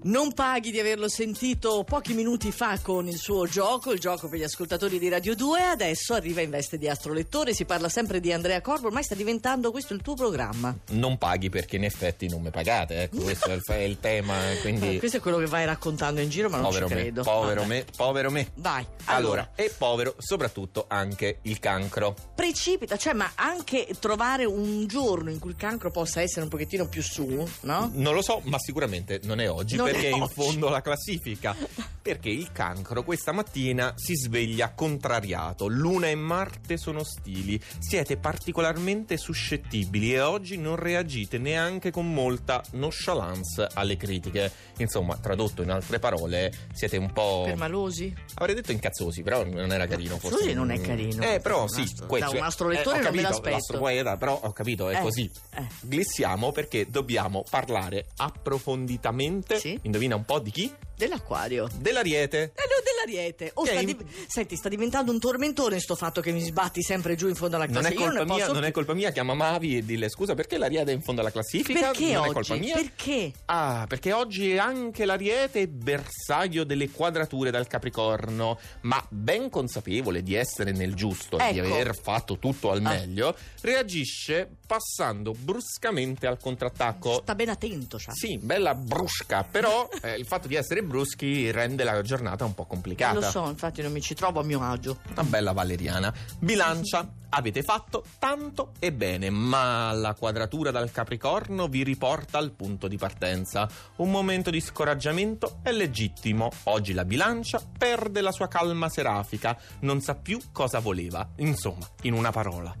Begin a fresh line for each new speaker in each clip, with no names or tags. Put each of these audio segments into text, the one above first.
Non paghi di averlo sentito pochi minuti fa con il suo gioco, il gioco per gli ascoltatori di Radio 2. Adesso arriva in veste di astrolettore. Si parla sempre di Andrea Corbo. Ormai sta diventando questo il tuo programma.
non paghi perché in effetti non mi pagate. Ecco, questo è il, è il tema.
Eh,
Quindi,
questo è quello che vai raccontando in giro, ma non
povero
ci
me,
credo.
povero
Vabbè.
me, povero me.
Vai.
Allora, e povero soprattutto anche il cancro.
precipita, cioè, ma anche trovare un giorno in cui il cancro possa essere un pochettino più su, no?
Non lo so, ma sicuramente non è oggi
Non è
perché è in
oggi.
fondo alla classifica. Perché il cancro questa mattina si sveglia contrariato. Luna e Marte sono ostili. Siete particolarmente suscettibili e oggi non reagite neanche con molta nonchalance alle critiche. Insomma, tradotto in altre parole, siete un po'.
Per malosi?
Avrei detto incazzosi, però non era carino. forse.
Incazzosi non è carino.
Eh, però
Da un
sì.
astro-
que-
da un
cioè,
astrolettore
eh,
non
ho
me
capito,
l'aspetto.
l'astropoeta, però ho capito, è
Eh,
così.
eh.
Glissiamo perché dobbiamo parlare approfonditamente.
Sì.
Indovina un po' di chi?
Dell'acquario.
Dell'ariete.
Eh, no, dell'ariete. Oh,
Che
sta
è
di- Senti, sta diventando un tormentone sto fatto che mi sbatti sempre giù in fondo alla
Non
classe.
è,
Ecco, Io
colpa
ne
mia,
posso
non è colpa mia, chiama Mavi e dille scusa perché l'ariete è in fondo alla classifica.
Perché
non
oggi?
è colpa mia.
Perché?
Ah, perché oggi è anche l'ariete bersaglio delle quadrature dal Capricorno, ma ben consapevole di essere nel giusto e di
Ecco.
aver fatto tutto al
Ah.
meglio, reagisce passando bruscamente al contrattacco.
Sta ben attento, cioè.
Sì, bella brusca, però eh, il fatto di essere bruschi rende la giornata un po' complicata.
Lo so, infatti non mi ci trovo a mio agio.
Una bella valeriana. Bilancia, avete fatto tanto e bene, ma la quadratura dal Capricorno vi riporta al punto di partenza. Un momento di scoraggiamento è legittimo. Oggi la bilancia perde la sua calma serafica, non sa più cosa voleva. Insomma, in una parola,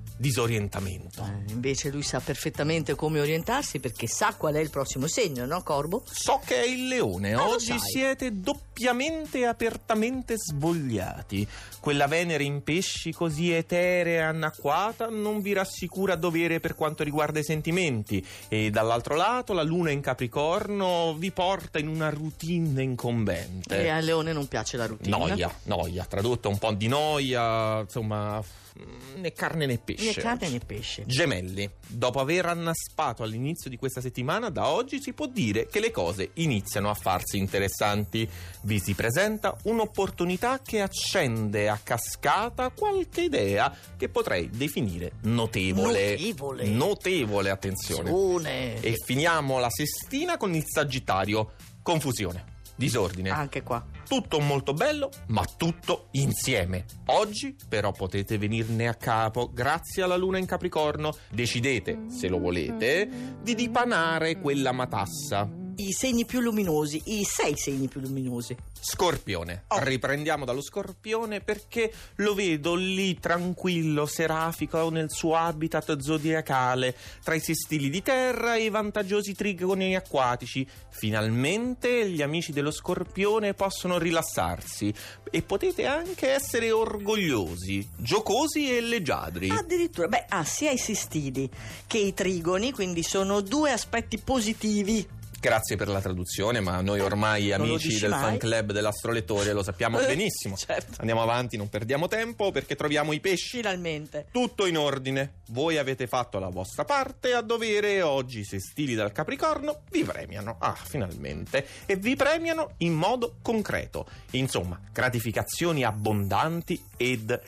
disorientamento.
Eh, invece lui sa perfettamente come orientarsi perché sa qual è il prossimo segno, no, Corbo?
So che è il leone,
Ah, lo
oggi
sai.
siete doppiamente e apertamente svogliati. Quella Venere in pesci così eterea e anacquata non vi rassicura a dovere per quanto riguarda i sentimenti e dall'altro lato la luna in capricorno vi porta in una routine incombente.
E a Leone non piace la routine.
Noia, noia, tradotto un po' di noia, insomma, mm, né carne né pesce.
Né carne
oggi.
né pesce.
Gemelli, dopo aver annaspato all'inizio di questa settimana, da oggi si può dire che le cose iniziano a farsi interessanti. Vi si presenta un'opportunità che accende a cascata qualche idea che potrei definire notevole.
Notevole.
Notevole, attenzione.
Sone.
E finiamo la sestina con il Sagittario. Confusione, disordine.
Anche qua.
Tutto molto bello, ma tutto insieme. Oggi però potete venirne a capo grazie alla luna in Capricorno. Decidete, se lo volete, di dipanare quella matassa.
I segni più luminosi, i sei segni più luminosi.
Scorpione.
Oh.
Riprendiamo dallo scorpione perché lo vedo lì tranquillo, serafico, nel suo habitat zodiacale, tra i sestili di terra e i vantaggiosi trigoni acquatici. Finalmente gli amici dello scorpione possono rilassarsi e potete anche essere orgogliosi, giocosi e leggiadri.
Addirittura, beh, ha sia i sistili che i trigoni, quindi sono due aspetti positivi.
Grazie per la traduzione, ma noi ormai
Eh, Non lo
amici
dici
del
mai.
fan club dell'astrolettore lo sappiamo
Eh,
Ah, benissimo.
certo.
Andiamo avanti, non perdiamo tempo perché troviamo i pesci.
Finalmente.
Tutto in ordine. Voi avete fatto la vostra parte a dovere e oggi i sestili dal Capricorno vi premiano. Ah, finalmente. E vi premiano in modo concreto. Insomma, gratificazioni abbondanti ed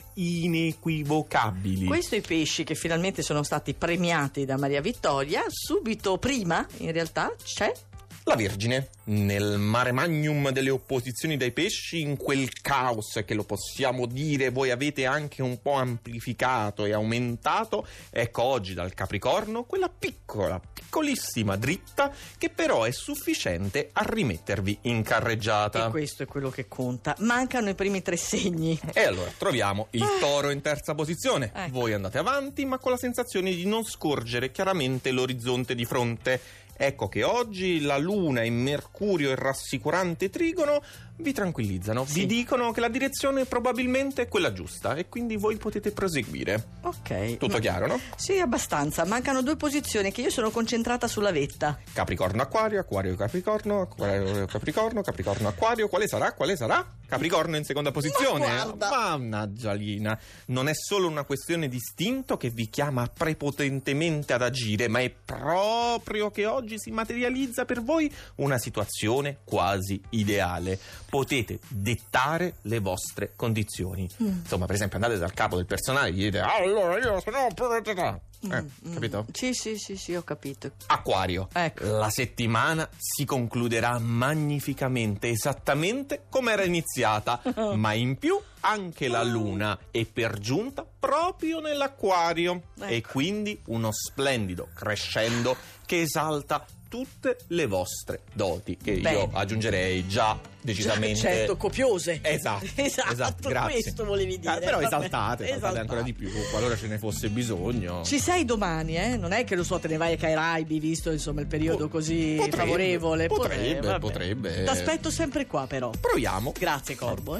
inequivocabili.
Questo i pesci che finalmente sono stati premiati da Maria Vittoria, subito prima, in realtà, c'è
La Vergine, nel mare magnum delle opposizioni dai pesci, in quel caos che lo possiamo dire voi avete anche un po' amplificato e aumentato, ecco oggi dal Capricorno quella piccola, piccolissima dritta che però è sufficiente a rimettervi in
e
carreggiata.
questo è quello che conta. Mancano i primi tre segni.
E allora troviamo il toro in terza posizione.
Ah. Ecco.
Voi andate avanti, ma con la sensazione di non scorgere chiaramente l'orizzonte di fronte. Ecco che oggi la Luna e Mercurio e il rassicurante Trigono vi tranquillizzano,
Sì.
vi dicono che la direzione probabilmente è quella giusta e quindi voi potete proseguire.
Ok.
Tutto
Ma-
chiaro, no?
Sì, abbastanza. Mancano due posizioni che io sono concentrata sulla vetta.
Capricorno Acquario, Acquario Capricorno, Acquario Capricorno, Capricorno Acquario, quale sarà? Quale sarà? Capricorno in seconda posizione.
guarda.
Mannaggia Lina, non è solo una questione di istinto che vi chiama prepotentemente ad agire, ma è proprio che oggi si materializza per voi una situazione quasi ideale. Potete dettare le vostre condizioni.
Mm.
Insomma, per esempio, andate dal capo del personale e gli dite allora io sono... Eh,
Mm,
capito?
mm. Sì, sì, sì, sì, ho capito.
Acquario.
Ecco.
La settimana si concluderà magnificamente, esattamente come era iniziata, ma in più anche la luna è per giunta proprio nell'acquario e
Ecco.
quindi uno splendido crescendo che esalta tutte le vostre doti che io
Bene.
aggiungerei già decisamente
Certo, copiose.
Esatto,
Esatto,
esatto, grazie.
questo volevi dire.
Ah, però
vabbè. Esatto.
esaltate, esaltate ancora
Esaltate.
di più qualora ce ne fosse bisogno.
Ci sei domani, eh? Non è che lo so, te ne vai ai Caraibi, visto insomma il periodo
Po-
così
potrebbe,
favorevole.
potrebbe,
vabbè.
potrebbe.
T'aspetto sempre qua, però.
Proviamo.
Grazie, Corbo. eh.